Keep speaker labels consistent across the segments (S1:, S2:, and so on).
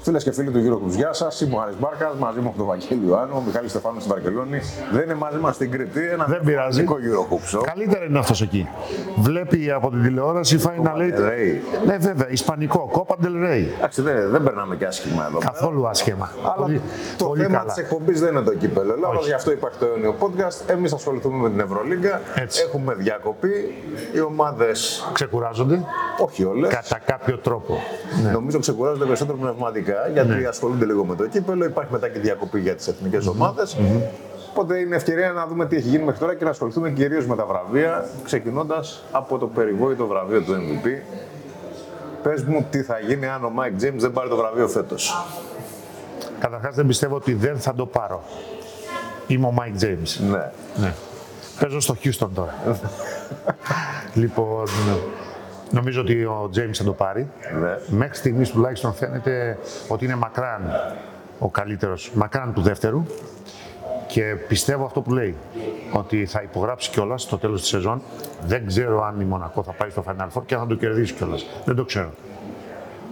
S1: Φίλες και φίλοι του Eurogroups, γεια σας. Είμαι ο Άρης Μπάρκας, μαζί μου από τον Βαγγέλη Ιωάννου, ο Μιχάλης Στεφάνου στην Βαρκελόνη. Δεν είναι μαζί μας στην Κρήτη, ένα
S2: Δεν πειράζει.
S1: δικό Eurogroups.
S2: Καλύτερα είναι αυτός εκεί. Βλέπει από την τηλεόραση, φάει να
S1: Copa
S2: λέει.
S1: del Rey.
S2: Ναι, βέβαια, Ισπανικό. Κόπα del Rey.
S1: Εντάξει, δεν, δεν περνάμε και άσχημα εδώ.
S2: Καθόλου άσχημα.
S1: Αλλά το θέμα της εκπομπής δεν είναι το κύπελο Ελλάδα,
S2: Όχι.
S1: γι' αυτό υπάρχει το αιώνιο podcast. Εμείς ασχοληθούμε με την Ευρωλίγκα.
S2: Έτσι.
S1: Έχουμε διακοπή. Οι ομάδες,
S2: Ξεκουράζονται
S1: όχι όλες,
S2: κατά κάποιο τρόπο.
S1: νομίζω ξεκουράζονται περισσότερο πνευματικά γιατί ασχολούνται λίγο με το κύπελο. Υπάρχει μετά και διακοπή για τις εθνικε ομάδε. Οπότε είναι ευκαιρία να δούμε τι έχει γίνει μέχρι τώρα και να ασχοληθούμε κυρίως με τα βραβεία, ξεκινώντας από το περιβόητο βραβείο του MVP. Πες μου τι θα γίνει αν ο Mike James δεν πάρει το βραβείο φέτος.
S2: Καταρχάς δεν πιστεύω ότι δεν θα το πάρω. Είμαι ο Mike James.
S1: Ναι.
S2: Ναι. Παίζω στο Houston τώρα. λοιπόν, νομίζω ότι ο James θα το πάρει.
S1: ναι.
S2: Μέχρι στιγμής τουλάχιστον φαίνεται ότι είναι μακράν ο καλύτερος, μακράν του δεύτερου. Και πιστεύω αυτό που λέει, ότι θα υπογράψει κιόλας στο τέλος της σεζόν. Δεν ξέρω αν η Μονακό θα πάει στο Final Four και αν θα το κερδίσει κιόλας. Δεν το ξέρω.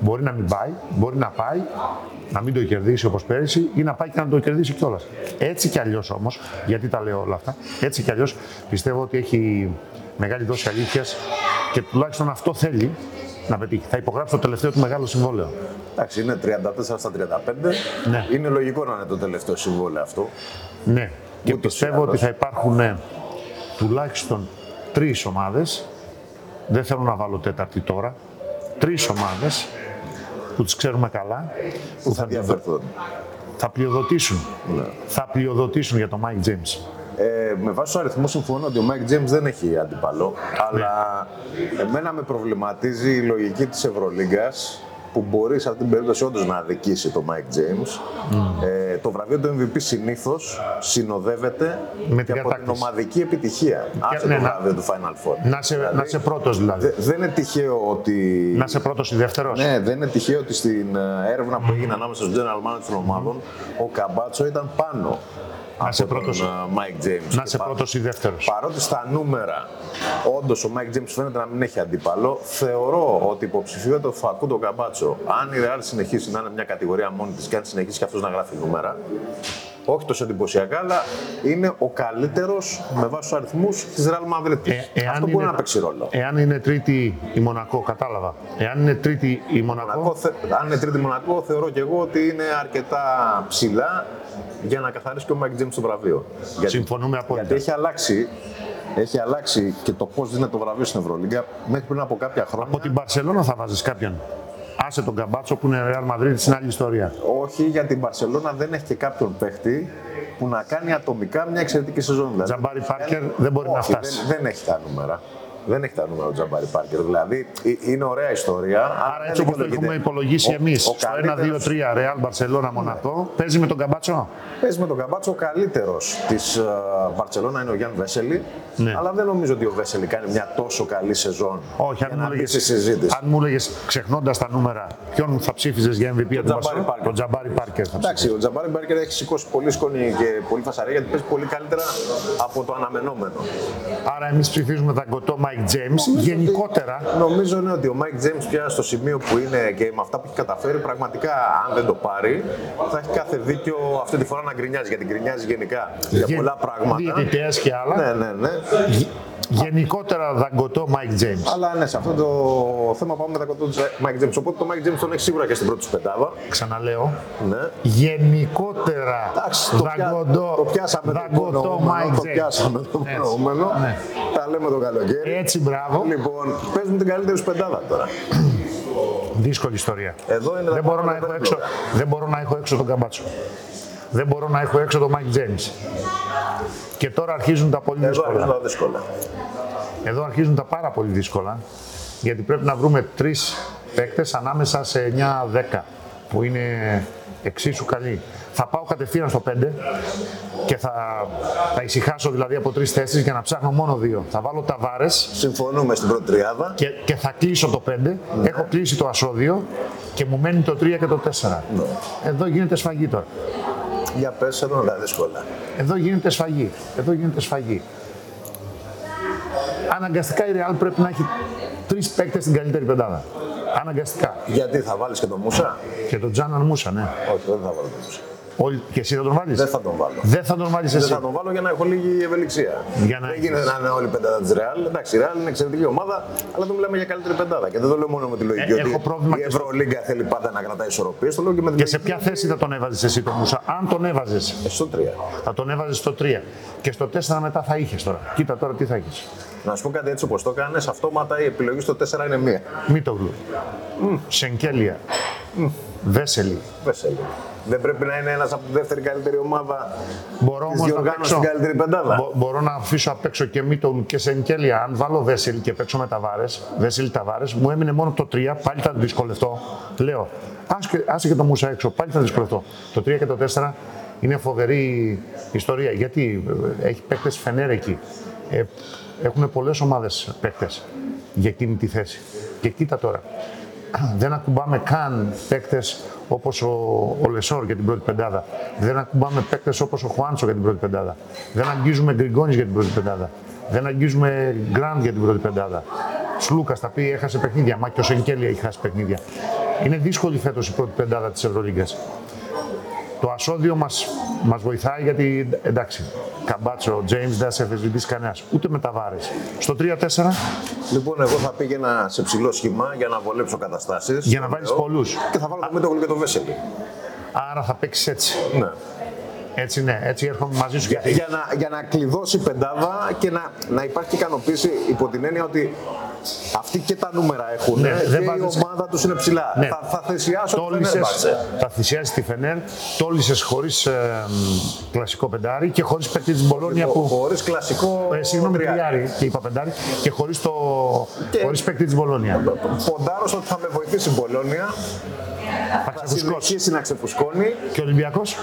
S2: Μπορεί να μην πάει, μπορεί να πάει, να μην το κερδίσει όπως πέρυσι ή να πάει και να το κερδίσει κιόλας. Έτσι κι αλλιώς όμως, γιατί τα λέω όλα αυτά, έτσι κι αλλιώς πιστεύω ότι έχει μεγάλη δόση αλήθειας και τουλάχιστον αυτό θέλει να πετύχει. Θα υπογράψει το τελευταίο του μεγάλο συμβόλαιο.
S1: Εντάξει, είναι 34 στα 35.
S2: Ναι.
S1: Είναι λογικό να είναι το τελευταίο συμβόλαιο αυτό.
S2: Ναι. Και
S1: Ούτως ή
S2: πιστεύω
S1: άλλως.
S2: ότι θα υπάρχουν ε, τουλάχιστον τρεις ομάδες. Δεν θέλω να βάλω τέταρτη τώρα. Τρεις ομάδες που τις ξέρουμε καλά, που θα,
S1: Ενδιαφέρον.
S2: θα πλειοδοτήσουν.
S1: Ναι.
S2: Θα πλειοδοτήσουν για τον Mike James.
S1: Ε, με βάση του αριθμού συμφωνώ ότι ο Mike James δεν έχει αντιπαλό, αλλά
S2: Ναι.
S1: εμένα με προβληματίζει η λογική της Ευρωλίγκας που μπορεί σε αυτήν την περίπτωση όντως να αδικήσει το Mike James.
S2: Mm.
S1: Ε, το βραβείο του MVP συνήθως συνοδεύεται
S2: Με
S1: και
S2: την
S1: από την
S2: κατάκτηση.
S1: ομαδική επιτυχία. Άσε
S2: ναι,
S1: το
S2: να-
S1: βραβείο του Final Four.
S2: Να σε,
S1: Δηλαδή,
S2: να σε πρώτος δηλαδή.
S1: δε- δεν είναι τυχαίο ότι
S2: Να σε πρώτος ή δεύτερος.
S1: Ε, Ναι, δεν είναι τυχαίο ότι στην ε, έρευνα που έγινε ανάμεσα στους general manager των ομάδων, ο Καμπάτσο ήταν πάνω από
S2: σε
S1: τον
S2: πρώτος.
S1: ε, Mike James.
S2: Να
S1: Και
S2: σε
S1: πα-
S2: πρώτος ή δεύτερος.
S1: Παρότι στα νούμερα, όντως ο Mike James φαίνεται να μην έχει αντίπαλο, θεωρώ ότι υποψηφιότητα του Φακούντο Καμπάτσο, αν η Real συνεχίσει να είναι μια κατηγορία μόνη της και αν συνεχίσει και αυτός να γράφει νούμερα, όχι τόσο εντυπωσιακά, αλλά είναι ο καλύτερος με βάση τους αριθμούς της Real Madrid.
S2: Ε,
S1: αυτό μπορεί να παίξει ρόλο.
S2: Εάν είναι τρίτη η Μονακό, κατάλαβα. Εάν είναι τρίτη η Μονακό,
S1: Μονακό, θε- αν είναι τρίτη Μονακό, θεωρώ και εγώ ότι είναι αρκετά ψηλά για να καθαρίσει και ο Μάικ Τζέμ το βραβείο. Γιατί,
S2: συμφωνούμε απόλυτα.
S1: γιατί έχει αλλάξει, έχει αλλάξει και το πώς δίνεται το βραβείο στην Ευρωλίγκα μέχρι πριν από κάποια χρόνια.
S2: Από την Παρσελώνα θα βάζεις κάποιον. Άσε τον Καμπάτσο που είναι Real Madrid στην άλλη ιστορία.
S1: Όχι, γιατί την Μπαρσελόνα δεν έχει και κάποιον παίχτη που να κάνει ατομικά μια εξαιρετική σεζόν. Δηλαδή.
S2: Τζαμπάρι Πάρκερ δεν μπορεί να
S1: Όχι,
S2: φτάσει.
S1: Δεν, δεν έχει τα νούμερα. Δεν έχει τα νούμερα ο Τζαμπάρι Πάρκερ. Δηλαδή ε- είναι ωραία ιστορία.
S2: Άρα έτσι όπως το έχουμε υπολογίσει εμείς, στο 1-2-3 Real Barcelona
S1: Ναι.
S2: Μονακό, παίζει με τον Καμπάτσο.
S1: Πες με τον Καμπάτσο, ο καλύτερος της Μπαρσελόνα είναι ο Γιάνν Βέσελη.
S2: Ναι.
S1: Αλλά δεν νομίζω ότι ο Βέσελη κάνει μια τόσο καλή σεζόν.
S2: Όχι,
S1: για
S2: αν
S1: να
S2: μου
S1: μπει
S2: έλεγες-
S1: στη συζήτηση.
S2: αν μου έλεγες ξεχνώντας τα νούμερα, ποιον θα ψήφιζες για MVP από
S1: Τζαμπάρι Πάρκερ.
S2: τον Τζαμπάρι Πάρκερ. θα ψήφιζα.
S1: Εντάξει, ο Τζαμπάρι Μπέρκερ έχει σηκώσει πολύ σκόνη και πολύ φασαρία γιατί παίζει πολύ καλύτερα από το αναμενόμενο.
S2: Άρα, εμείς ψηφίζουμε τα κοτό Mike James. Γενικότερα,
S1: Νομίζω είναι ότι ο Μάικ James πια στο σημείο που είναι και με αυτά που έχει καταφέρει, πραγματικά αν δεν το πάρει, θα έχει κάθε δίκιο αυτή τη φορά να γκρινιάζει. Γιατί γκρινιάζει γενικά για
S2: γεν-
S1: πολλά πράγματα.
S2: διαιτητές και άλλα.
S1: Ναι, ναι, ναι.
S2: γε- γενικότερα δαγκωτό Mike James.
S1: Αλλά ναι, σε αυτό το θέμα πάμε με τα κοντά του Mike James. Οπότε το Mike James τον έχει σίγουρα και στην πρώτη σου πεντάδα.
S2: Ξαναλέω,
S1: Ναι.
S2: γενικότερα
S1: Εντάξει, το, πια-
S2: δαγκωτό
S1: το πιάσαμε το
S2: δαγκωτό
S1: προηγούμενο,
S2: Mike
S1: το
S2: James.
S1: πιάσαμε το
S2: Έτσι.
S1: προηγούμενο.
S2: Ναι.
S1: Τα λέμε το καλοκαίρι.
S2: Έτσι, μπράβο.
S1: Λοιπόν, πες μου την καλύτερη σου πεντάδα τώρα.
S2: Δύσκολη ιστορία.
S1: Εδώ είναι τα
S2: δεν, μπορώ να
S1: πράγματα
S2: έχω έξω,
S1: περίπλοκα.
S2: δεν μπορώ να έχω έξω τον Καμπάτσο. Δεν μπορώ να έχω έξω τον Mike James. Και τώρα αρχίζουν τα πολύ
S1: Εδώ
S2: δύσκολα.
S1: είναι τα δύσκολα.
S2: Εδώ αρχίζουν τα πάρα πολύ δύσκολα, γιατί πρέπει να βρούμε τρεις παίκτες ανάμεσα σε 9-10 που είναι εξίσου καλοί. Θα πάω κατευθείαν στο 5 και θα, θα ησυχάσω δηλαδή από τρεις θέσεις για να ψάχνω μόνο δύο. Θα βάλω τα βάρε
S1: Συμφωνούμε στην πρώτη τριάδα.
S2: και, και θα κλείσω το 5. Έχω κλείσει το ασώδιο και μου μένει το 3 και το 4. Εδώ γίνεται σφαγή τώρα.
S1: Για πες, εδώ είναι τα δύσκολα.
S2: Εδώ γίνεται σφαγή. Εδώ γίνεται σφαγή. Αναγκαστικά η Real πρέπει να έχει τρεις παίκτες στην καλύτερη πεντάδα. Αναγκαστικά.
S1: Γιατί θα βάλεις και τον Μούσα.
S2: Και τον Τζάναν Μούσα, ναι.
S1: Όχι, δεν θα βάλω τον Μούσα.
S2: Όλοι, και εσύ θα τον βάλεις.
S1: Δεν θα τον βάλω.
S2: Δεν θα τον βάλεις
S1: Δεν
S2: εσύ.
S1: θα τον βάλω για να έχω λίγη ευελιξία.
S2: Για να
S1: Δεν
S2: έχεις.
S1: γίνεται να είναι όλη η πεντάδα της Ρεάλ. Εντάξει, η Ρεάλ είναι εξαιρετική ομάδα, αλλά δεν μιλάμε για καλύτερη πεντάδα. Και δεν το λέω μόνο με τη λογική.
S2: Ε,
S1: ότι
S2: έχω πρόβλημα
S1: η
S2: και στο-
S1: Ευρωλίγκα θέλει πάντα να κρατάει ισορροπίες. Το λέω και με τη
S2: Και
S1: λογική.
S2: σε ποια θέση θα τον έβαζες εσύ τον Μούσα, αν τον έβαζες.
S1: Ε, Στο 3.
S2: Θα τον έβαζες στο 3. Και στο 4 μετά θα είχες τώρα. Κοίτα τώρα τι θα είχε.
S1: Να σου πω κάτι έτσι όπως το έκανες, αυτόματα η επιλογή στο 4 είναι μία.
S2: Μίτογλου. Σενκέλια. Βέσελη.
S1: Δεν σε λέω. Δεν πρέπει να είναι ένας από τη δεύτερη καλύτερη ομάδα
S2: Μπορώ
S1: της
S2: όμως να
S1: διοργάνωσης
S2: παίξω.
S1: στην καλύτερη πεντάδα.
S2: Μπο- μπορώ να αφήσω απ' έξω και Μίτογλου και Σενκέλια. Αν βάλω Βέσελη και παίξω με Ταβάρες, Βέσελη Ταβάρες, μου έμεινε μόνο το 3, πάλι θα δυσκολευτώ. Λέω, άσε και- άσε και το Μούσα έξω, πάλι θα δυσκολευτώ. Το 3 και το 4 είναι φοβερή ιστορία. Γιατί ε, έχει παίκτες φενέρ εκεί. Ε, έχουν πολλές ομάδες παίκτες για εκείνη τη θέση. Και κοίτα τώρα. Δεν ακουμπάμε καν παίκτες όπως ο, ο Λεσόρ για την πρώτη πεντάδα. Δεν ακουμπάμε παίκτες όπως ο Χουάντσο για την πρώτη πεντάδα. Δεν αγγίζουμε Γκριγκόνης για την πρώτη πεντάδα. Δεν αγγίζουμε Γκραντ για την πρώτη πεντάδα. Σλούκας τα οποία έχασε παιχνίδια. Μα και ο Σενκέλια έχει χάσει παιχνίδια. Είναι δύσκολη φέτος η πρώτη πεντάδα της Ευρωλίγκας. Το ασώδιο μας μας βοηθάει γιατί εντάξει, Καμπάτσο, James δεν σε αφισβητήσει κανένας. Ούτε με τα βάρες. Στο 3-4
S1: Λοιπόν, εγώ θα πήγαινα σε ψηλό σχήμα για να βολέψω καταστάσεις.
S2: για να βάλει πολλούς.
S1: Και θα βάλω το Μίτογλου και το Βέσελη.
S2: Άρα θα παίξεις έτσι.
S1: Ναι.
S2: Έτσι ναι, έτσι έρχομαι μαζί σου.
S1: Για,
S2: Γιατί
S1: για, να, για να κλειδώσει η πεντάδα και να, να υπάρχει και ικανοποίηση υπό την έννοια ότι αυτοί και τα νούμερα έχουν ε,
S2: Ναι, δεν
S1: και η
S2: βάζεις-
S1: ομάδα τους είναι ψηλά.
S2: Ναι.
S1: Θα, θα θυσιάσω το
S2: τόλισες, θα θυσιάσει τη Φενέρ, τόλισες χωρίς ε, μ, κλασικό πεντάρι και χωρίς παίκτη της Μπολόνια που...
S1: Χωρίς κλασικό.
S2: Ε, συγγνώμη,
S1: τριάρι.
S2: τριάρι και είπα πεντάρι και χωρίς, το,
S1: Και-
S2: χωρίς παίκτη της Μπολόνια.
S1: Ποντάρω στο ότι θα με βοηθήσει η Μπολόνια.
S2: Θα
S1: Θα
S2: ξεφουσκώσει.
S1: συνεχίσει να ξεφουσκώνει.
S2: Και ο Ολυμπιακός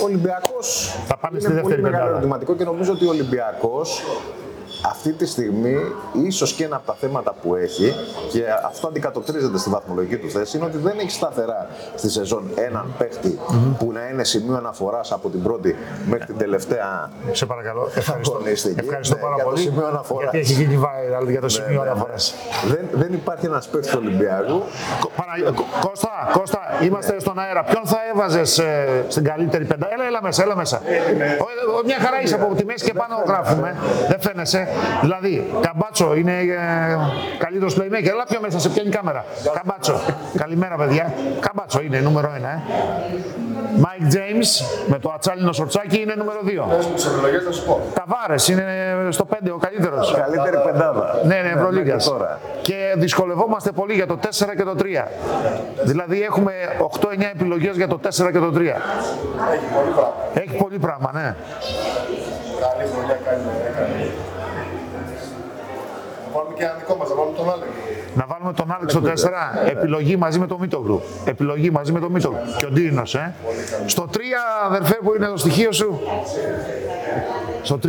S1: Ο Ολυμπιακός
S2: Θα πάμε
S1: είναι
S2: στη δεύτερη
S1: πολύ μεγάλο
S2: πεντάδα.
S1: ερωτηματικό και νομίζω ότι ο Ολυμπιακός αυτή τη στιγμή, ίσως και ένα από τα θέματα που έχει, και αυτό αντικατοπτρίζεται στη βαθμολογική του θέση, είναι ότι δεν έχει σταθερά στη σεζόν έναν παίχτη που να είναι σημείο αναφοράς από την πρώτη μέχρι την τελευταία.
S2: σε παρακαλώ. Ευχαριστώ,
S1: Αγωνιστική.
S2: ευχαριστώ
S1: Ναι,
S2: πάρα
S1: για το
S2: πολύ.
S1: σημείο αναφοράς.
S2: Γιατί έχει γίνει viral για το σημείο
S1: ναι, ναι.
S2: αναφοράς.
S1: Δεν, δεν υπάρχει ένας παίχτη του Ολυμπιακού.
S2: Κο- Παναγι- Κο- Κώστα, Κώστα, είμαστε στον αέρα. Ποιον θα έβαζες στην καλύτερη πεντά. Έλα, έλα μέσα, έλα μέσα. Ο- ο- Μια χαρά είσαι από τη μέση και πάνω γράφουμε. Δεν φαίνεσαι. Δηλαδή, καμπάτσο είναι ε, καλύτερος playmaker. Έλα πιο μέσα, σε πιάνει η κάμερα. Καμπάτσο. Καλημέρα, παιδιά. Καμπάτσο είναι νούμερο ένα. Ε. Mike James με το ατσάλινο σορτσάκι είναι νούμερο 2.
S3: Πες μου τις επιλογές θα σου πω.
S2: Ταβάρες είναι στο 5 ο καλύτερος.
S1: Καλύτερη πεντάδα.
S2: Ναι, ναι, Ευρωλίγα.
S1: Ε, μέχρι τώρα.
S2: Και δυσκολευόμαστε πολύ για το 4 και το 3. Δηλαδή έχουμε 8-9 επιλογές για το 4 και το 3.
S3: Έχει πολύ πράγμα.
S2: Έχει πολύ πράγμα, ναι.
S3: Καλή χρονιά κάνει. έκανε. Θα Βάλουμε και ένα δικό μας, θα βάλουμε τον άλλο.
S2: Να βάλουμε τον Άλεξ στο 4.
S1: ναι.
S2: Επιλογή μαζί με τον Μίτογλου. Επιλογή μαζί με τον Μίτογλου. Και ο Ντίνο, ε. Στο 3, αδερφέ, που είναι το στοιχείο σου. Στο 3,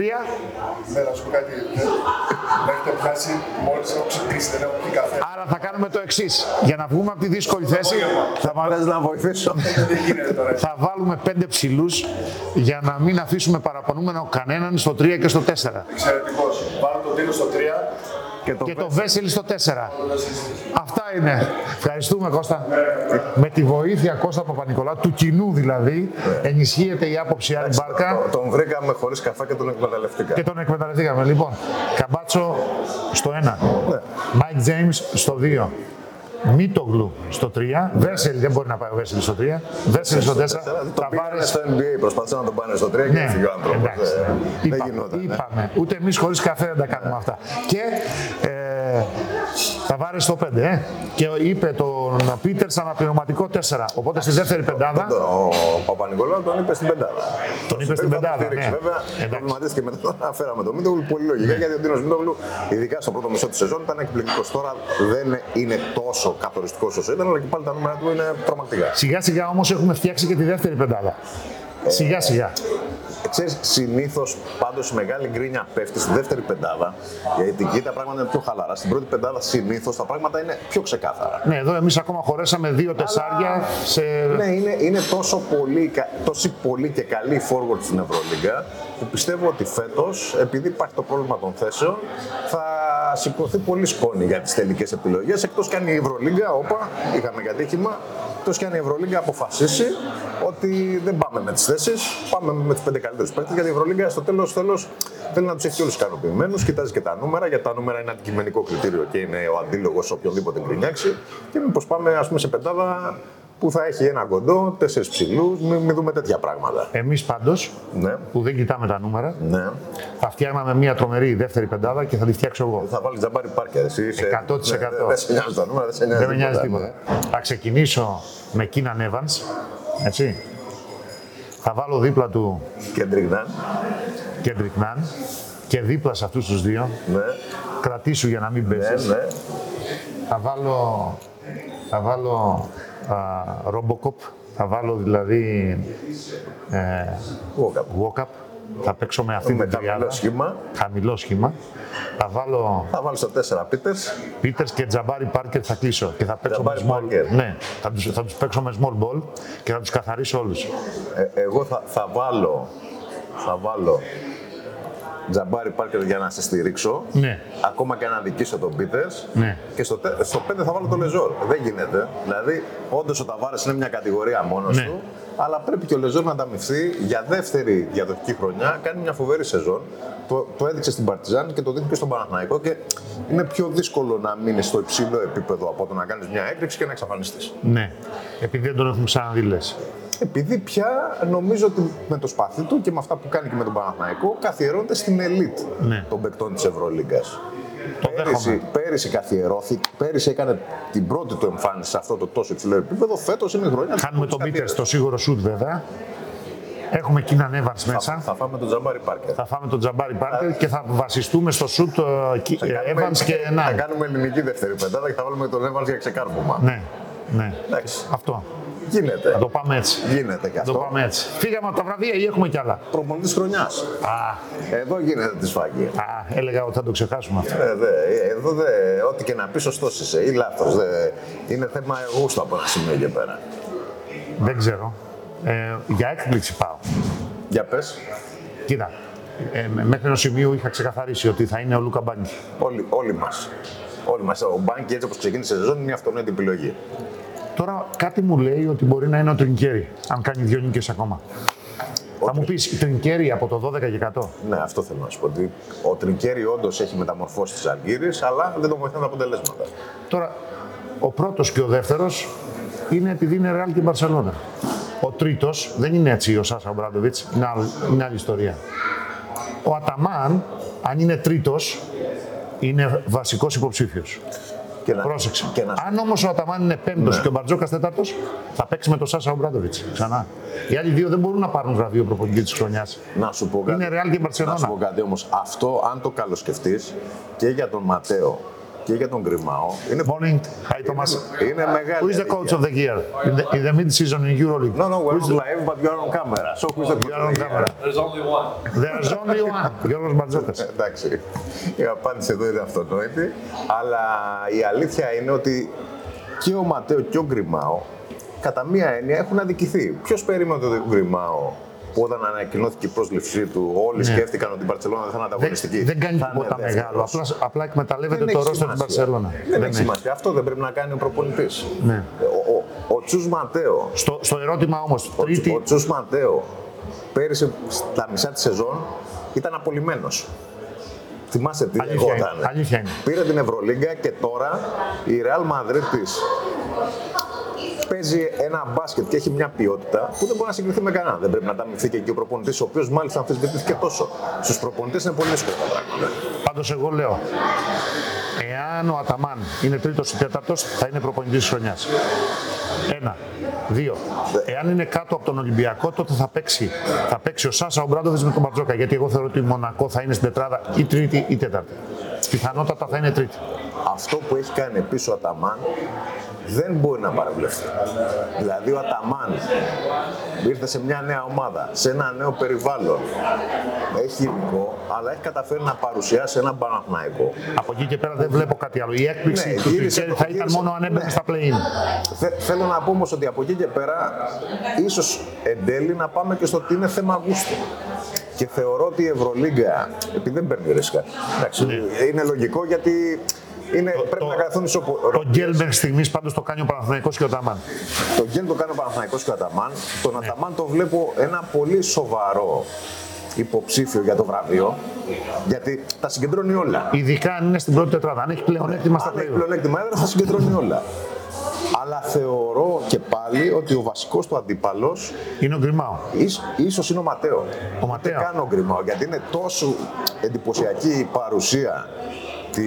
S3: Ναι, να σου πω κάτι. Δεν δεν έχετε πιάσει, μόλις έχω ξυπνήσει, δεν έχω πει καφέ.
S2: άρα θα κάνουμε το εξής. Για να βγούμε από τη δύσκολη θέση, θα, βα-
S1: Θες να βοηθήσω.
S3: Δεν γίνεται τώρα.
S2: θα βάλουμε 5 ψηλούς για να μην αφήσουμε παραπονούμενο κανέναν στο 3 και στο 4.
S3: Εξαιρετικός. Βάλω τον Τίνο στο 3.
S1: και το
S2: και το Βέσελη στο 4. Αυτά είναι. Ευχαριστούμε Κώστα. Με τη βοήθεια Κώστα Παπα-Νικολά, του κοινού δηλαδή, ενισχύεται η άποψη Άρη Μπάρκα
S1: Τον βρήκαμε χωρίς καφέ και τον εκμεταλλευτήκα.
S2: και τον εκμεταλλευτήκαμε. Λοιπόν, Καμπάτσο στο 1. Μάικ James στο 2. Μίτογλου στο 3. Βέσελη, δεν μπορεί να πάει ο Βέσελη στο 3. Βέσελη στο 4.
S1: Το πήγανε στο NBA, προσπαθούσαν να τον πάνε στο 3 και
S2: Ναι,
S1: έφυγε ο άνθρωπος.
S2: εντάξει.
S1: Δεν
S2: Είπαμε,
S1: γινόταν. ε.
S2: Είπαμε. Ούτε εμείς χωρίς καφέ δεν τα κάνουμε αυτά. Και ε, θα βάρε στο 5. Ε. Και είπε τον Πίτερ σαν αναπληρωματικό 4. Οπότε στη δεύτερη πεντάδα.
S1: Τον- Ο Παπα-Νικολάου τον είπε στην πεντάδα.
S2: Τον είπε στην
S1: Τον
S2: πεντάδα,
S1: στηρίξει,
S2: ναι.
S1: Βέβαια,
S2: Εντάξει. Ναι.
S1: προβληματίστηκε μετά το αναφέραμε τον Μίτογλου πολύ λογικά γιατί ο Ντίνος Μίτογλου, ειδικά στο πρώτο μισό της σεζόν, ήταν εκπληκτικός. Τώρα δεν είναι τόσο καθοριστικό όσο ήταν, αλλά και πάλι τα νούμερα του είναι τρομακτικά.
S2: Σιγά σιγά όμως έχουμε φτιάξει και τη δεύτερη πεντάδα. Σιγά σιγά.
S1: Ξέρεις, συνήθως πάντως η μεγάλη γκρίνια πέφτει στη δεύτερη πεντάδα, γιατί εκεί τα πράγματα είναι πιο χαλαρά. Στην πρώτη πεντάδα συνήθως τα πράγματα είναι πιο ξεκάθαρα.
S2: Ναι, εδώ εμείς ακόμα χωρέσαμε δύο τεσσάρια σε.
S1: Ναι, είναι, είναι τόσο πολύ, κα- τόση πολύ και καλή forward στην Ευρωλίγκα που πιστεύω ότι φέτος, επειδή υπάρχει το πρόβλημα των θέσεων, θα θα σηκωθεί πολύ σκόνη για τις τελικές επιλογές. Εκτός κι αν η Ευρωλίγκα, όπα, είχαμε κατήχημα. Εκτός κι αν η Ευρωλίγκα αποφασίσει ότι δεν πάμε με τις θέσεις, πάμε με τους πέντε καλύτερους παίκτες. Γιατί η Ευρωλίγκα στο τέλος τέλος, θέλει να τους έχει όλους ικανοποιημένους, κοιτάζει και τα νούμερα. Γιατί τα νούμερα είναι αντικειμενικό κριτήριο και είναι ο αντίλογος οποιονδήποτε γκρινιάξει. Και μήπως πάμε, ας πούμε, σε πεντάδα που θα έχει ένα κοντό, τέσσερις ψηλούς, μην, μην δούμε τέτοια πράγματα.
S2: Εμείς πάντως,
S1: Ναι,
S2: που δεν κοιτάμε τα νούμερα,
S1: ναι.
S2: θα φτιάχναμε μια τρομερή δεύτερη πεντάδα και θα τη φτιάξω εγώ.
S1: Θα βάλεις τζαμπάρι πάρκια. Εσύ είσαι. Ναι,
S2: 100%.
S1: Δεν σε νοιάζει τα νούμερα, Ε, δεν σε νοιάζει.
S2: Δεν με νοιάζει τίποτα. Θα ξεκινήσω με Κίναν Evans, έτσι. Θα βάλω δίπλα του
S1: Κέντρικ Ναν.
S2: Κέντρικ Ναν και δίπλα σε αυτούς τους δύο
S1: Ναι,
S2: κρατήσου για να μην
S1: ναι,
S2: πέσεις.
S1: ναι.
S2: Θα βάλω, θα βάλω α, Robocop, θα βάλω δηλαδή ε,
S1: Walkup.
S2: Walkup. Θα παίξω με αυτή
S1: Με
S2: την
S1: χαμηλό
S2: τριάδα.
S1: σχήμα.
S2: Χαμηλό σχήμα. Θα βάλω
S1: Θα βάλει στα τέσσερα πίτε.
S2: Πίτερ και Τζαμπάρι Πάρκερ θα κλείσω και θα παίξω
S1: Τζαμπάρι
S2: με small
S1: Πάρκερ.
S2: Ναι, θα τους, θα τους παίξω με small ball και θα τους καθαρίσω όλους.
S1: Ε, εγώ θα, θα βάλω. Θα βάλω Τζαμπάρι Πάρκερ για να σε στηρίξω.
S2: Ναι.
S1: Ακόμα και να δικήσω τον Πίτερ.
S2: Ναι.
S1: Και στο, τε- στο 5 θα βάλω τον Λεζόρ. Δεν γίνεται. Δηλαδή, όντως ο Ταβάρες είναι μια κατηγορία μόνος
S2: Ναι.
S1: του. Αλλά πρέπει και ο Λεζόρ να ανταμυφθεί για δεύτερη διαδοχική χρονιά. Κάνει μια φοβερή σεζόν. Το, το έδειξε στην Παρτιζάν και το δείχνει και στον Παναθηναϊκό. Και είναι πιο δύσκολο να μείνεις στο υψηλό επίπεδο από το να κάνεις μια έκρηξη και να εξαφανιστείς.
S2: Ναι. Επειδή δεν τον έχουμε ξαναδεί λες.
S1: Επειδή πια νομίζω ότι με το σπαθί του και με αυτά που κάνει και με τον Παναθηναϊκό καθιερώνεται στην ελίτ
S2: Ναι.
S1: των παικτών της Ευρωλίγκας.
S2: Το
S1: Πέρυσι,
S2: δέχομαι.
S1: πέρυσι καθιερώθηκε, πέρυσι έκανε την πρώτη του εμφάνιση σε αυτό το τόσο υψηλό επίπεδο. Φέτος είναι η χρονιά.
S2: Κάνουμε
S1: της
S2: τον Πίτερ
S1: καριέρας.
S2: στο σίγουρο σουτ βέβαια. Έχουμε Κίναν Evans μέσα.
S1: Θα φάμε τον Τζαμπάρι Πάρκερ.
S2: Θα φάμε τον Τζαμπάρι Πάρκερ και θα βασιστούμε στο σουτ ε, Evans και
S1: Θα
S2: Νάι.
S1: κάνουμε ελληνική δεύτερη πεντάδα και θα βάλουμε τον Εύαν για ξεκάρβωμα.
S2: Ναι, ναι.
S1: Εντάξει.
S2: Αυτό.
S1: Γίνεται.
S2: Θα το πάμε έτσι.
S1: Γίνεται και
S2: Θα το
S1: αυτό.
S2: πάμε έτσι. Φύγαμε από τα βραβεία ή έχουμε κι άλλα.
S1: Προπονητής χρονιάς.
S2: Α,
S1: Εδώ γίνεται τη σφαγή.
S2: α, έλεγα ότι θα το ξεχάσουμε αυτό.
S1: Ε, δε, ε, εδώ δε, ό,τι και να πει, σωστός είσαι ε, ή λάθος. Είναι θέμα εγώ στο από ένα σημείο και πέρα.
S2: Δεν ξέρω. Ε, για έκπληξη πάω.
S1: Για πες.
S2: Κοίτα, ε, με- μέχρι ενός σημείου είχα ξεκαθαρίσει ότι θα είναι ο Λούκα Μπάνκι.
S1: Όλοι, όλοι μας. Όλοι μας. Ο Μπάνκι έτσι όπως ξεκίνησε η σεζόν είναι η αυτονόητη επιλογή.
S2: Τώρα κάτι μου λέει ότι μπορεί να είναι ο Τρινκέρι, αν κάνει δύο νίκες ακόμα. Θα μου πεις Τρινκέρι από το 12 και 100.
S1: Ναι, αυτό θέλω να σου πω. Ότι ο Τρικέρι όντως έχει μεταμορφώσει τις Αλγύρες, αλλά δεν τον βοηθάνε τα αποτελέσματα.
S2: Τώρα, ο πρώτος και ο δεύτερος είναι επειδή είναι Ρεάλ και Μπαρσελόνα. Ο τρίτος δεν είναι έτσι ο Σάσα Μπράντοβιτ, είναι, άλλ- είναι άλλη ιστορία. Ο Αταμάν, αν είναι τρίτος, είναι βασικός υποψήφιος.
S1: Και να,
S2: Πρόσεξε.
S1: Και να,
S2: Αν όμως ο Αταμάν είναι πέμπτος και ο Μπαρτζόκας τέταρτος, θα παίξει με τον Σάσα Ομπράντοβιτ ξανά. Οι άλλοι δύο δεν μπορούν να πάρουν βραβείο προπονητή της χρονιάς.
S1: να σου πω κάτι.
S2: Είναι Ρεάλ και
S1: Να σου πω
S2: Μπαρσελόνα.
S1: κάτι όμως. Αυτό, αν το καλοσκεφτείς και για τον Ματέο και για τον Γκριμάο, είναι,
S2: Morning, hi Thomas.
S1: είναι μεγάλη.
S2: Who is the
S1: αλήθεια.
S2: coach of the year in the, in the mid-season in EuroLeague?
S1: No, no, we're not live, but you're on camera. So who's the
S2: You are on camera.
S4: There's only one.
S2: There's only one. Γιώργος Μπαρτζόκας.
S1: Εντάξει, η απάντηση εδώ είναι αυτονόητη. Αλλά η αλήθεια είναι ότι και ο Ματέο και ο Γκριμάο, κατά μία έννοια, έχουν αδικηθεί. Ποιος περίμενε τον Γκριμάο που όταν ανακοινώθηκε η πρόσληψή του, όλοι σκέφτηκαν ότι η Μπαρσελόνα δεν θα είναι
S2: Ναι. Δεν,
S1: ανταγωνιστική.
S2: δεν κάνει
S1: Θα είναι
S2: τίποτα
S1: δεύτερος.
S2: μεγάλο. Απλά, απλά εκμεταλλεύεται
S1: Δεν
S2: το
S1: έχει
S2: ρόστο της
S1: σημασία.
S2: Μπαρσελόνα.
S1: Δεν έχει σημασία. Αυτό δεν πρέπει να κάνει ο προπονητής.
S2: Ναι.
S1: Ο, ο, ο Τσούς Ματέο
S2: Στο, στο ερώτημα όμως,
S1: ο, Τσου-
S2: τρίτη,
S1: ο Τσούς Ματέο πέρυσι στα μισά της σεζόν ήταν απολυμμένος. Θυμάστε τι
S2: αλήθεια είναι,
S1: λεγόταν.
S2: αλήθεια είναι.
S1: Πήρε την Ευρωλίγκα και τώρα η Real Madrid της παίζει ένα μπάσκετ και έχει μια ποιότητα που δεν μπορεί να συγκριθεί με κανένα. Δεν πρέπει να ταμιφθεί και εκεί ο προπονητής, ο οποίος μάλιστα αμφισβητήθηκε τόσο. Στους προπονητές είναι πολύ δύσκολο τα πράγματα.
S2: Πάντως εγώ λέω, εάν ο Αταμάν είναι τρίτος ή τέταρτος, θα είναι προπονητής της χρονιάς. Ένα. Δύο. Εάν είναι κάτω από τον Ολυμπιακό, τότε θα παίξει, θα παίξει ο Σάσα ο Μπράντοβιτ με τον Μπαρτζόκα. Γιατί εγώ θεωρώ ότι η Μονακό θα είναι στην τετράδα ή τρίτη ή τέταρτη. Πιθανότατα θα είναι τρίτη.
S1: αυτό που έχει κάνει πίσω ο Αταμάν δεν μπορεί να παραβλεφθεί. Δηλαδή ο Αταμάν ήρθε σε μια νέα ομάδα, σε ένα νέο περιβάλλον. Έχει υλικό, αλλά έχει καταφέρει να παρουσιάσει ένα Παναθηναϊκό.
S2: Από εκεί και πέρα δεν βλέπω κάτι άλλο. Η έκπληξη
S1: Ναι,
S2: του
S1: γύρισε
S2: Τριτσέρι
S1: το-
S2: θα ήταν
S1: γύρισε-
S2: μόνο αν έμπαινε
S1: ναι.
S2: στα play-in.
S1: Θε- θέλω να πω όμως ότι από εκεί και πέρα, ίσως εν τέλει να πάμε και στο ότι είναι θέμα γούστου. Και Και θεωρώ ότι η Ευρωλίγκα, επειδή δεν παίρνει ρίσκα, εντάξει, είναι λογικό γιατί είναι, πρέπει
S2: Ναι. το-
S1: να καθούν ισοπο...
S2: Το γκέλ μέχρι στιγμής πάντως το κάνει ο Παναθηναϊκός και ο Ταμάν.
S1: Το γκέλ το κάνει ο Παναθηναϊκός και ο Αταμάν. Τον
S2: Ναι.
S1: Αταμάν το βλέπω ένα πολύ σοβαρό υποψήφιο για το βραβείο, γιατί τα συγκεντρώνει όλα.
S2: Ειδικά αν είναι στην πρώτη τετράδα. Αν έχει πλεονέκτημα στα
S1: Αν έχει
S2: πλέον.
S1: πλεονέκτημα έδρα, θα συγκεντρώνει όλα. Αλλά θεωρώ και πάλι ότι ο βασικός του αντίπαλος
S2: Είναι ο Γκριμάου.
S1: ίσως είναι ο Ματέο.
S2: Ο Ματέο.
S1: Δεν κάνω γκριμό, γιατί είναι τόσο εντυπωσιακή η παρουσία της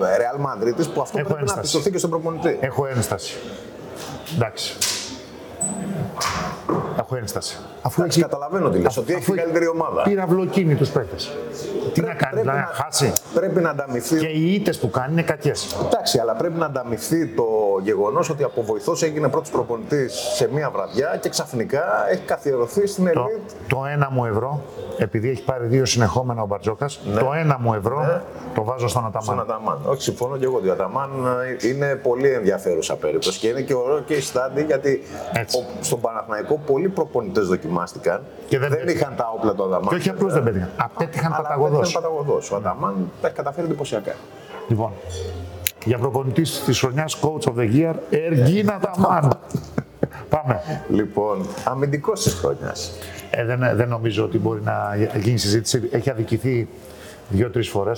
S1: Real Madrid που αυτό
S2: Έχω
S1: πρέπει να
S2: ένσταση. Ε,
S1: πιστωθεί και στον προπονητή.
S2: Έχω ένσταση. Εντάξει. Έχω ένσταση. Αφού
S1: Εντάξει, καταλαβαίνω τι λες, ότι έχει
S2: αφού
S1: την καλύτερη ομάδα.
S2: Πήρα βλοκίνη του παίχτε. Τι να κάνει, δηλαδή να χάσει.
S1: Πρέπει να ανταμυφθεί.
S2: Και οι ήττες που κάνει είναι κακές.
S1: Εντάξει, αλλά πρέπει να ανταμυφθεί το γεγονός ότι από βοηθός έγινε πρώτος προπονητής σε μία βραδιά και ξαφνικά έχει καθιερωθεί στην
S2: Το,
S1: ελίτ.
S2: το ένα μου ευρώ, επειδή έχει πάρει δύο συνεχόμενα ο Μπαρτζόκας, το ένα μου ευρώ το βάζω Ναι. στον
S1: Στον
S2: Αταμάν.
S1: Αταμάν. Όχι, συμφωνώ και εγώ ότι ο Αταμάν ε, είναι πολύ ενδιαφέρουσα περίπτωση και είναι και ωραίο και η στάντη γιατί
S2: Έτσι.
S1: ο- στον Παναθηναϊκό πολλοί προπονητές δοκιμάστηκαν
S2: Και δεν πέτυχαν.
S1: είχαν τα όπλα του Αταμάν.
S2: Και όχι απλώς δεν πέτυχαν. Απέτυχαν
S1: Αλλά
S2: παταγωδό.
S1: δεν ήταν παταγωδός. Ο Αταμάν τα έχει καταφέρει εντυπωσιακά.
S2: Λοιπόν, για προπονητής της χρονιάς, coach of the year, Εργίνα Αταμάν. Πάμε.
S1: Λοιπόν, αμυντικός της χρονιάς.
S2: Ε, δεν, δεν νομίζω ότι μπορεί να γίνει συζήτηση. Έχει αδικηθεί δύο-τρει φορές.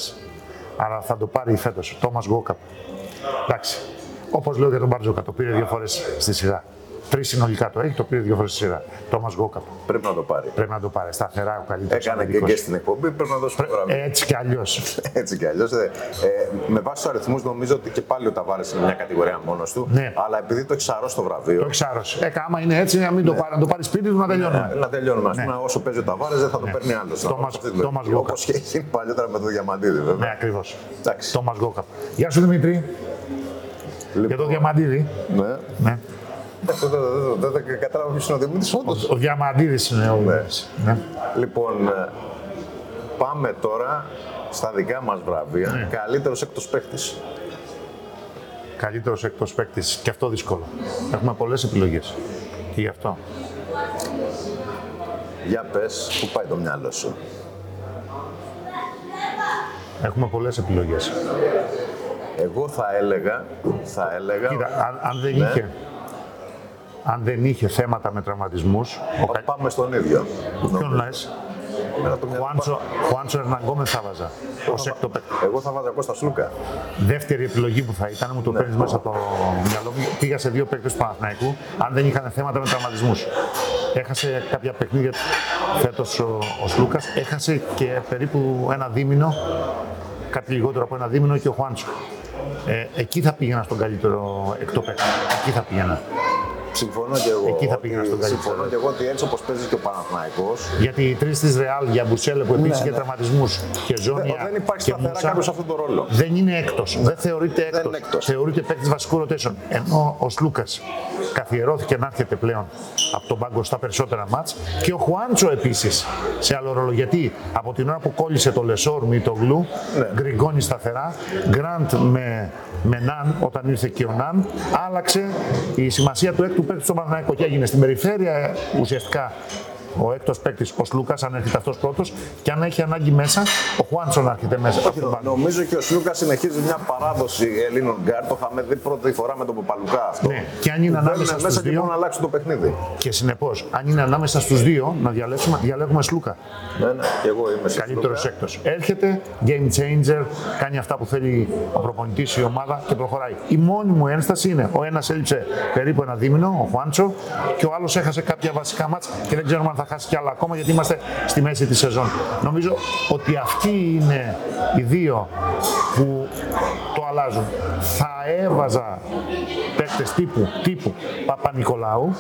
S2: Αλλά θα το πάρει φέτος. Τόμας Γκόκαπ. Εντάξει. Όπως λέω για τον Μπαρτζόκα, το πήρε δύο φορές στη σειρά. Τρεις συνολικά το έχει, το πήρε δύο φορές στη σειρά. Τόμας Γκόκαπ.
S1: Πρέπει να το πάρει.
S2: Πρέπει να το πάρει. Σταθερά ο καλύτερος.
S1: Έκανε και, και στην εκπομπή, πρέπει να δώσουμε τώρα.
S2: Έτσι κι αλλιώς.
S1: Έτσι κι αλλιώς. Ε, με βάση τους αριθμούς, νομίζω ότι και πάλι ο Ταβάρες είναι μια κατηγορία μόνος του.
S2: Ναι.
S1: Αλλά επειδή το εξαρώ στο βραβείο.
S2: το ξάρο. Ε, κα- άμα είναι έτσι, να μην το
S1: Ναι.
S2: πάρει, να το πάρει σπίτι του να τελειώνουμε.
S1: ε, Να τελειώνουμε. Ας πούμε, όσο παίζει ο Ταβάρες, δεν θα το παίρνει άλλος.
S2: Ναι. Τόμας- Τόμας
S1: Όπω
S2: Γκόκα.
S1: και έχει παλιότερα με το Διαμαντίδη, βέβαια.
S2: Ναι, ακριβώς.
S1: Εντάξει.
S2: Τόμας Γκόκαπ. Γεια σου Δημήτρη. Για το διαμαντίδι.
S1: λοιπόν, Ναι.
S2: Ναι.
S1: Αυτό δεν- δεν- Δεν δεν κατάλαβα ποιος είναι ο Δημήτρης, όντως.
S2: Ο διαμαντίδης είναι ο.
S1: Ναι.
S2: Ναι.
S1: Λοιπόν, ε, πάμε τώρα στα δικά μας βραβεία.
S2: Ναι.
S1: Καλύτερος εκτό παίχτη.
S2: Καλύτερος εκτό παίκτης. Και αυτό δύσκολο. Έχουμε πολλές επιλογές. Και γι' αυτό.
S1: Για πες, που πάει το μυαλό σου.
S2: Έχουμε πολλές επιλογές.
S1: Εγώ θα έλεγα. Θα έλεγα.
S2: Κοίτα, αν, αν δεν
S1: Ναι.
S2: είχε. Αν δεν είχε θέματα με τραυματισμούς. Ο κα...
S1: Πάμε στον ίδιο.
S2: Ποιον λε,
S1: Εμένα το μυαλό-
S2: Χουάντσο, Χουάντσο Ερναγκόμε θα βάζα. Ω έκτο παίκτη.
S1: Εγώ θα βάζα Κώστα Σλούκα.
S2: Δεύτερη επιλογή που θα ήταν, μου
S1: Ναι.
S2: το παίρνεις μέσα από το μυαλό μου. Πήγα σε δύο παίκτες του Παναθηναϊκού, αν δεν είχαν θέματα με τραυματισμούς. Έχασε κάποια παιχνίδια φέτος ο, ο Σλούκας. Έχασε και περίπου ένα δίμηνο, κάτι λιγότερο από ένα δίμηνο και ο Χουάντσο. Ε, εκεί θα πήγαινα στον καλύτερο εκτό παίκτη. Εκεί θα πήγαινα.
S1: Συμφωνώ και εγώ.
S2: Εκεί θα
S1: ότι-
S2: πήγαινα στον καλύτερο.
S1: Συμφωνώ και εγώ ότι έτσι όπως παίζεις και ο Παναθηναϊκός,
S2: Γιατί οι τρεις της Ρεάλ για Μπουσέλε που επίσης είχε τραυματισμούς και Ζώνια.
S1: Ναι, Ε, Δεν υπάρχει
S2: και
S1: σταθερά
S2: Μούσα,
S1: κάποιος σε αυτόν τον ρόλο.
S2: Δεν είναι έκτος. Δεν θεωρείται έκτο.
S1: Ε, είναι έκτος.
S2: Θεωρείται παίκτης βασικού rotation. Ενώ ο Σλούκας καθιερώθηκε να έρχεται πλέον από τον πάγκο στα περισσότερα μάτ. Και ο Χουάντσο επίσης σε άλλο ρόλο. Γιατί από την ώρα που κόλλησε το Λεσόρ με το Γκλου,
S1: Ναι.
S2: γκριγκώνει σταθερά. Γκραντ με, με Ναν, όταν ήρθε και ο Ναν, άλλαξε η σημασία του έκτου παίκτη στον Παναγιώτο και έγινε στην περιφέρεια ε, ουσιαστικά ο έκτος παίκτης, ο Σλούκας, αν έρχεται αυτός πρώτος, και αν έχει ανάγκη μέσα, ο Χουάντσο να έρχεται μέσα. από τον πάγκο.
S1: Νομίζω και ο Σλούκας συνεχίζει μια παράδοση Ελλήνων γκάρ. Το είχαμε δει πρώτη φορά με τον Παπαλουκά αυτό.
S2: Ναι, και αν είναι
S1: Μπαίνουν
S2: ανάμεσα στου
S1: μέσα και μπορούν
S2: δύο.
S1: να αλλάξουν το παιχνίδι.
S2: Και συνεπώς, αν είναι ανάμεσα στους δύο, να διαλέξουμε, διαλέγουμε Σλούκα.
S1: Ναι, ναι, και εγώ είμαι σε
S2: Καλύτερος
S1: Σλούκα.
S2: έκτος. Έρχεται, game changer, κάνει αυτά που θέλει ο προπονητής, η ομάδα και προχωράει. Η μόνη μου ένσταση είναι ο ένας έλειψε περίπου ένα δίμηνο, ο Χουάντσο, και ο άλλος έχασε κάποια βασικά μάτς και δεν ξέρουμε αν θα χάσει κι άλλα ακόμα γιατί είμαστε στη μέση της σεζόν. Νομίζω ότι αυτοί είναι οι δύο που το αλλάζουν. Θα έβαζα παίκτες τύπου, τύπου Παπα-Νικολάου,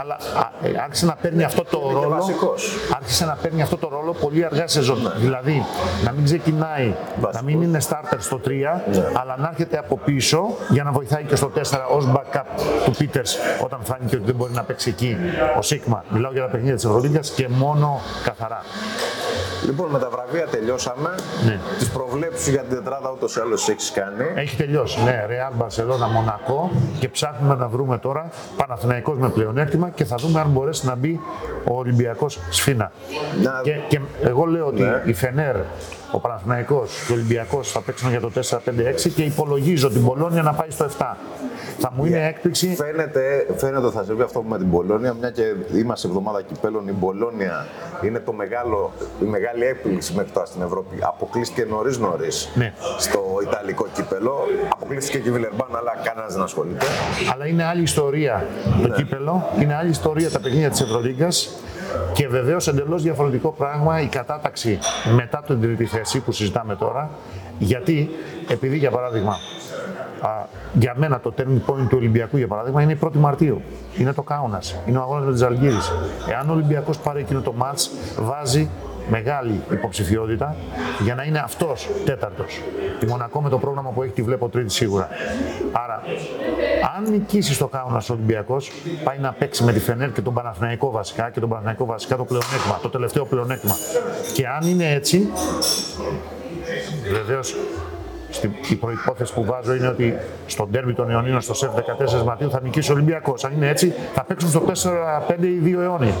S2: αλλά α, ε, άρχισε να παίρνει αυτό το
S1: και
S2: ρόλο
S1: βασικός.
S2: άρχισε να παίρνει αυτό το ρόλο πολύ αργά σε ζώνη. Δηλαδή να μην ξεκινάει, να μην είναι starter στο 3, αλλά να έρχεται από πίσω για να βοηθάει και στο 4 ως backup του Πίτερ όταν φάνηκε ότι δεν μπορεί να παίξει εκεί ο Σίγμα. Μιλάω για τα παιχνίδια της Ευρωλίγκας και μόνο καθαρά.
S1: Λοιπόν, με τα βραβεία τελειώσαμε.
S2: Ναι.
S1: Τις προβλέψεις για την τετράδα ούτως ή άλλως έχεις κάνει.
S2: Έχει τελειώσει. Ναι, Ρεάλ Μπαρσελόνα Μονακό και ψάχνουμε να βρούμε τώρα Παναθηναϊκός με πλεονέκτημα και θα δούμε αν μπορέσει να μπει ο Ολυμπιακός σφίνα.
S1: Να-
S2: Και, και εγώ λέω ότι
S1: Ναι.
S2: η Φενέρ, ο Παναθηναϊκός και ο Ολυμπιακός θα παίξουν για το 4-5-6 και υπολογίζω την Πολόνια να πάει στο 7. Θα μου είναι έκπληξη.
S1: Φαίνεται, φαίνεται ότι θα συμβεί αυτό που με την Πολώνια, μια και είμαστε εβδομάδα κυπέλων. Η Πολώνια είναι το μεγάλο, η μεγάλη έκπληξη μέχρι τώρα στην Ευρώπη. Αποκλείστηκε νωρίς νωρίς
S2: Ναι.
S1: στο Ιταλικό κύπελο. Αποκλείστηκε και η Βιλερμπάν, αλλά κανένας δεν ασχολείται.
S2: Αλλά είναι άλλη ιστορία το κύπελο, είναι άλλη ιστορία τα παιχνίδια της Ευρωλίγκας και βεβαίως εντελώς διαφορετικό πράγμα η κατάταξη μετά την τρίτη θέση που συζητάμε τώρα. Γιατί, επειδή για παράδειγμα, α, για μένα το turning point του Ολυμπιακού για παράδειγμα είναι η 1η Μαρτίου. Είναι το Κάουνας, είναι ο αγώνας με τις Αλγύρης. Εάν ο Ολυμπιακός πάρει εκείνο το μάτς, βάζει μεγάλη υποψηφιότητα για να είναι αυτός τέταρτος. Τη Μονακό με το πρόγραμμα που έχει τη βλέπω τρίτη σίγουρα. Άρα, αν νικήσεις στο Κάουνα ο Ολυμπιακός, πάει να παίξει με τη Φενέρ και τον Παναθηναϊκό βασικά και τον Παναθηναϊκό βασικά το πλεονέκτημα, το τελευταίο πλεονέκτημα. Και αν είναι έτσι, βεβαίως η προπόθεση που βάζω είναι ότι στον τέρμι των Ιωνίων στο ΣΕΦ 14 Μαρτίου θα νικήσει ο Ολυμπιακός. Αν είναι έτσι, θα παίξουν στο 4-5 οι δύο αιώνιοι.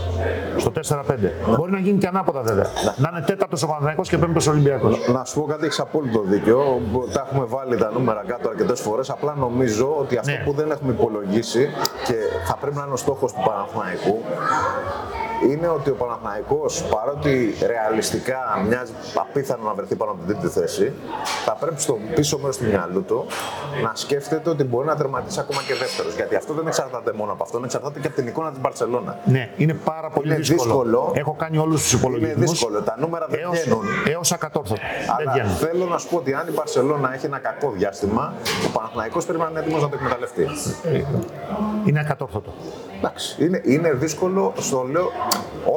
S2: Στο 4-5. Μπορεί να γίνει και ανάποδα βέβαια. Να είναι τέταρτος ο Παναθηναϊκός και πέμπτος ο Ολυμπιακός.
S1: Να σου πω κάτι, έχεις απόλυτο δίκιο. Τα έχουμε βάλει τα νούμερα κάτω αρκετές φορές. Απλά νομίζω ότι αυτό
S2: Ναι.
S1: που δεν έχουμε υπολογίσει και θα πρέπει να είναι ο στόχος του Παναθηναϊκού είναι ότι ο Παναθηναϊκός παρότι ρεαλιστικά μοιάζει απίθανο να βρεθεί πάνω από την τρίτη θέση, θα πρέπει στο πίσω μέρος του μυαλού του να σκέφτεται ότι μπορεί να τερματίσει ακόμα και δεύτερος. Γιατί αυτό δεν εξαρτάται μόνο από αυτόν, εξαρτάται και από την εικόνα της Μπαρσελόνα.
S2: Ναι, είναι πάρα πολύ
S1: Είναι δύσκολο.
S2: Έχω κάνει όλους τους
S1: Είναι
S2: υπολογισμούς.
S1: δύσκολο, τα νούμερα δεν
S2: Έως,
S1: βγαίνουν.
S2: έως ακατόρθωτο. Δεν
S1: Αλλά
S2: βγαίνουν.
S1: θέλω να σου πω ότι αν η Μπαρσελόνα έχει ένα κακό διάστημα, ο Παναθηναϊκός πρέπει να είναι έτοιμος να το εκμεταλλευτεί.
S2: Είναι ακατόρθωτο.
S1: Εντάξει, είναι, είναι δύσκολο, στο λέω.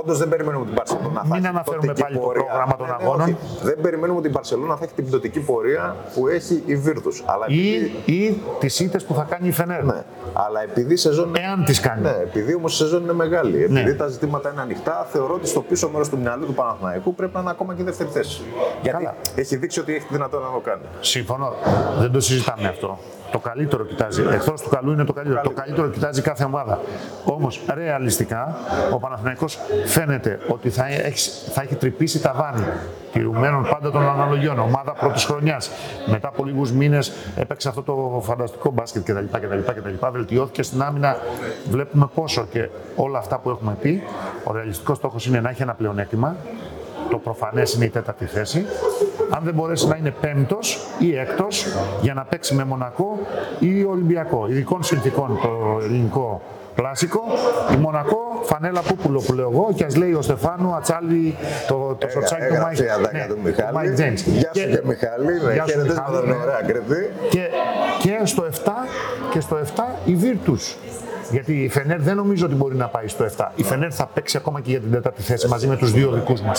S1: Όντως δεν περιμένουμε την Μπαρσελόνα. θα
S2: Μην
S1: έχει
S2: αναφέρουμε
S1: πτωτική
S2: πάλι το πρόγραμμα των
S1: Ναι, ναι,
S2: αγώνων.
S1: όχι. δεν περιμένουμε ότι η Μπαρσελόνα θα έχει την πτωτική πορεία που έχει η Βίρτου. Αλλά,
S2: Ή,
S1: επειδή-
S2: ή τις ήττες που θα κάνει η Φενέρ.
S1: ναι, αλλά επειδή η σεζόν είναι
S2: Εάν τις κάνει.
S1: Ναι, επειδή όμως η σεζόν είναι μεγάλη, επειδή
S2: Ναι.
S1: τα ζητήματα είναι ανοιχτά, θεωρώ ότι στο πίσω μέρος του μυαλού του Παναθηναϊκού πρέπει να είναι ακόμα και η δεύτερη θέση. Γιατί
S2: Καλά.
S1: έχει δείξει ότι έχει τη δυνατότητα να το κάνει.
S2: Συμφωνώ. Δεν το συζητάμε αυτό. Το καλύτερο κοιτάζει. Εχθρός του καλού είναι το καλύτερο. Το καλύτερο κοιτάζει κάθε ομάδα. Όμως, ρεαλιστικά, ο Παναθηναϊκός φαίνεται ότι θα έχεις, θα έχει τρυπήσει τα βάνη τηρουμένων πάντα των αναλογιών. Ομάδα πρώτης χρονιάς. Μετά από λίγους μήνες έπαιξε αυτό το φανταστικό μπάσκετ κτλ. κτλ, κτλ. Βελτιώθηκε στην άμυνα. Βλέπουμε πόσο και όλα αυτά που έχουμε πει. Ο ρεαλιστικός στόχος είναι να έχει ένα πλεονέκτημα το προφανές είναι η τέταρτη θέση. Αν δεν μπορέσει να είναι πέμπτος ή έκτος για να παίξει με Μονακό ή Ολυμπιακό. Ειδικών συνθήκων το ελληνικό κλασικό. Η Μονακό, φανέλα Πούπουλο που λέω εγώ και ας λέει ο Στεφάνου, ατσάλι το, το σοτσάκι του Μάικ
S1: Ε, Έγραψε η αδάκα
S2: ναι,
S1: του
S2: του
S1: Μιχάλη.
S2: Μάικ Τζέιμς.
S1: Γεια σου και Μιχάλη. Ναι,
S2: Γεια σου,
S1: χαιρετίσματα
S2: Μιχάλη.
S1: τον νεαρά Κρήτη.
S2: Και, και στο 7 και στο 7 η Virtus. Γιατί η Φενέρ δεν νομίζω ότι μπορεί να πάει στο 7. Η Φενέρ θα παίξει ακόμα και για την τέταρτη θέση μαζί με τους δύο δικούς μας.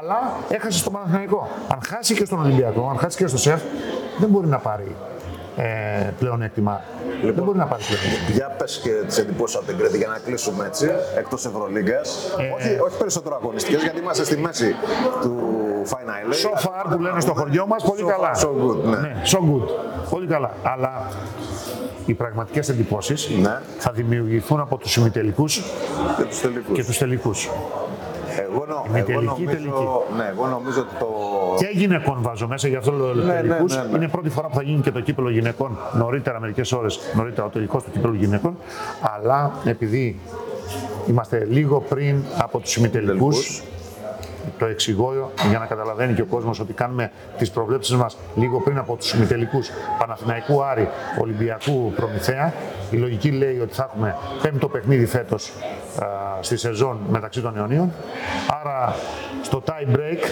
S2: Αλλά έχασε στον Παναθηναϊκό. Αν χάσει και στον Ολυμπιακό, αν χάσει και στο ΣΕΦ, δεν μπορεί να πάρει ε, πλεονέκτημα. δεν
S1: Λοιπόν.
S2: μπορεί να πάρει πλεονέκτημα.
S1: Για πες και τις εντυπώσεις από την Κρήτη για να κλείσουμε έτσι, εκτός Ευρωλίγκας.
S2: Ε,
S1: όχι, όχι περισσότερο αγωνιστικές, γιατί είμαστε στη μέση του Final Eight.
S2: So far που λένε στο χωριό μας, πολύ
S1: So far,
S2: καλά.
S1: So good, ναι.
S2: Ναι, so good. Πολύ καλά. Αλλά οι πραγματικές εντυπώσεις
S1: Ναι.
S2: θα δημιουργηθούν από τους ημιτελικούς
S1: Και τους τελικούς.
S2: και τους τελικούς.
S1: Εγώ, νο-
S2: Η μη
S1: εγώ
S2: τελική,
S1: νομίζω,
S2: τελική.
S1: Ναι, εγώ νομίζω ότι το.
S2: Και γυναικών βάζω μέσα, γι' αυτό λέω
S1: ναι,
S2: τελικούς.
S1: ναι, ναι.
S2: Είναι πρώτη φορά που θα γίνει και το κύπελο γυναικών νωρίτερα, μερικές ώρες νωρίτερα, ο τελικός του κύπελου γυναικών. Αλλά επειδή είμαστε λίγο πριν από τους ημιτελικού,
S1: Τελικούς.
S2: το εξηγώ για να καταλαβαίνει και ο κόσμος ότι κάνουμε τις προβλέψεις μας λίγο πριν από τους ημιτελικού Παναθηναϊκού Άρη, Ολυμπιακού Προμηθέα. Η λογική λέει ότι θα έχουμε πέμπτο παιχνίδι φέτος στη σεζόν μεταξύ των αιωνίων. Άρα στο tie break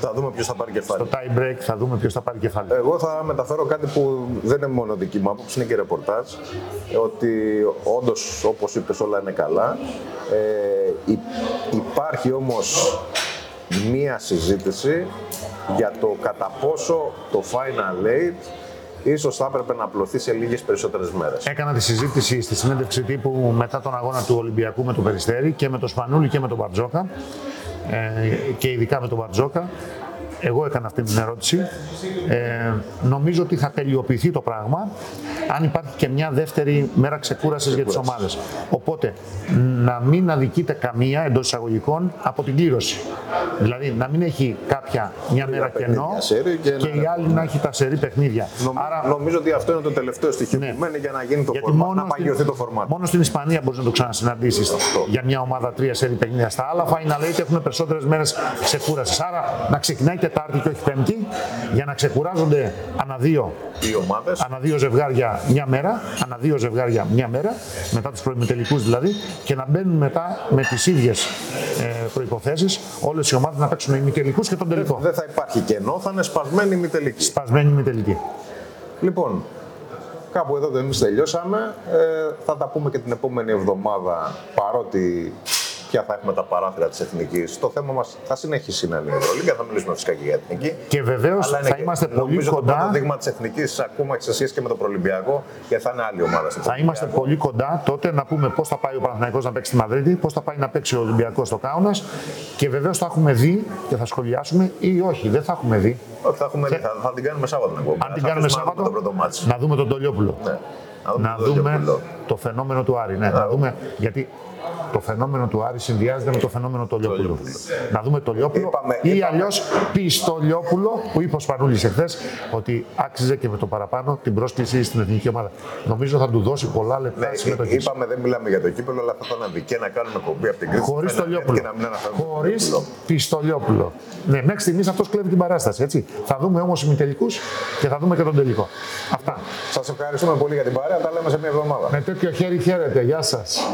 S1: Θα δούμε ποιος θα πάρει
S2: το
S1: κεφάλι.
S2: tie break θα δούμε ποιος θα πάρει κεφάλι.
S1: Εγώ θα μεταφέρω κάτι που δεν είναι μόνο δική μου άποψη, είναι και ρεπορτάζ. Ότι όντως, όπως είπες, όλα είναι καλά. Ε, υ- υπάρχει όμως μία συζήτηση για το κατά πόσο το Final Eight ίσως θα έπρεπε να απλωθεί σε λίγες περισσότερες μέρες.
S2: Έκανα τη συζήτηση στη συνέντευξη τύπου μετά τον αγώνα του Ολυμπιακού με το Περιστέρι και με τον Σπανούλη και με τον Μπαρτζόκα. ε, και ειδικά με τον Μπαρτζόκα. Εγώ έκανα αυτή την ερώτηση. Ε, νομίζω ότι θα τελειοποιηθεί το πράγμα αν υπάρχει και μια δεύτερη μέρα ξεκούρασης για τις ομάδες. Οπότε να μην αδικείται καμία εντός εισαγωγικών από την κλήρωση. Δηλαδή να μην έχει κάποια μια μέρα
S1: παιχνίδια
S2: κενό
S1: σερί και
S2: και,
S1: ένα
S2: η άλλη να έχει τα σερή παιχνίδια.
S1: Νομ- Νομίζω ότι αυτό είναι το τελευταίο στοιχείο
S2: Ναι.
S1: που μένει για να γίνει το
S2: Γιατί
S1: φορμάτ,
S2: μόνο
S1: να παγιωθεί
S2: στην-
S1: το φορμάτ.
S2: Μόνο στην Ισπανία μπορείς να το ξανασυναντήσεις για μια ομάδα τρία σερή παιχνίδια. Στα άλλα, φαϊναλέιτ έχουν περισσότερες μέρες ξεκούρασης. Άρα να ξεκινάει Τετάρτη και όχι Πέμπτη για να ξεκουράζονται ανά δύο,
S1: Οι ομάδες
S2: ανά δύο ζευγάρια μια μέρα, ανά δύο ζευγάρια μια μέρα, μετά τους προημιτελικού δηλαδή, και να μπαίνουν μετά με τις ίδιες ε, προποθέσει όλες οι ομάδες να παίξουν ημιτελικούς και τον τελικό.
S1: δεν θα υπάρχει κενό, θα είναι σπασμένοι μη τελικοί.
S2: Σπασμένη ημιτελική.
S1: Λοιπόν, κάπου εδώ εμεί τελειώσαμε. Ε, θα τα πούμε και την επόμενη εβδομάδα, παρότι πια θα έχουμε τα παράθυρα της Εθνικής. Το θέμα μας θα συνεχίσει να είναι η Ευρωλίγκα, θα μιλήσουμε φυσικά και για Εθνική.
S2: Και βεβαίως
S1: Αλλά είναι
S2: θα
S1: και-
S2: είμαστε πολύ
S1: νομίζω το πρώτο
S2: κοντά.
S1: δείγμα της Εθνικής, ακόμα και σε σχέση και με το Προλυμπιακό, γιατί θα είναι άλλη ομάδα. στην
S2: Θα είμαστε πολύ κοντά τότε να πούμε πώς θα πάει ο Παναθηναϊκός να παίξει στη Μαδρίτη, πώς θα πάει να παίξει ο Ολυμπιακός στο Κάουνας και βεβαίως θα έχουμε δει και θα σχολιάσουμε ή όχι, δεν θα έχουμε δει.
S1: Όχι, θα, έχουμε, θα, θα την κάνουμε Σάββατο την επόμενη.
S2: Αν την
S1: Θα
S2: κάνουμε
S1: αφήσουμε να δούμε
S2: Σάββατο,
S1: Το πρώτο μάτς.
S2: να δούμε τον Τολιόπουλο.
S1: Ναι.
S2: Να
S1: το
S2: δούμε
S1: Λιόπουλο.
S2: το φαινόμενο του Άρη. Ναι, να δούμε γιατί το φαινόμενο του Άρη συνδυάζεται με το φαινόμενο του Λιόπουλου. Να δούμε το Λιόπουλο
S1: Είπαμε-
S2: ή
S1: είπαμε-
S2: αλλιώς πει στο Λιόπουλο που είπε ο Σπανούλης εχθές ότι άξιζε και με το παραπάνω την πρόσκληση στην εθνική ομάδα. Νομίζω θα του δώσει πολλά λεπτά
S1: Ναι,
S2: συμμετοχής.
S1: είπαμε δεν μιλάμε για το κύπελο, αλλά θα ήταν αδικέ να κάνουμε κομπή από την κρίση.
S2: Χωρίς
S1: Ένα
S2: το
S1: net
S2: Λιόπουλο.
S1: Και να μην αναφέρουμε το
S2: Χωρί
S1: Λιόπουλο.
S2: πιστολιόπουλο. Ναι, μέχρι στιγμής αυτός κλέβει την παράσταση. Έτσι. Θα δούμε όμως ημιτελικού και θα δούμε και τον τελικό. Αυτά.
S1: Σας ευχαριστούμε πολύ για την παρέα. Τα λέμε σε μια εβδομάδα.
S2: Με τέτοιο χέρι χαίρετε. Γεια σας.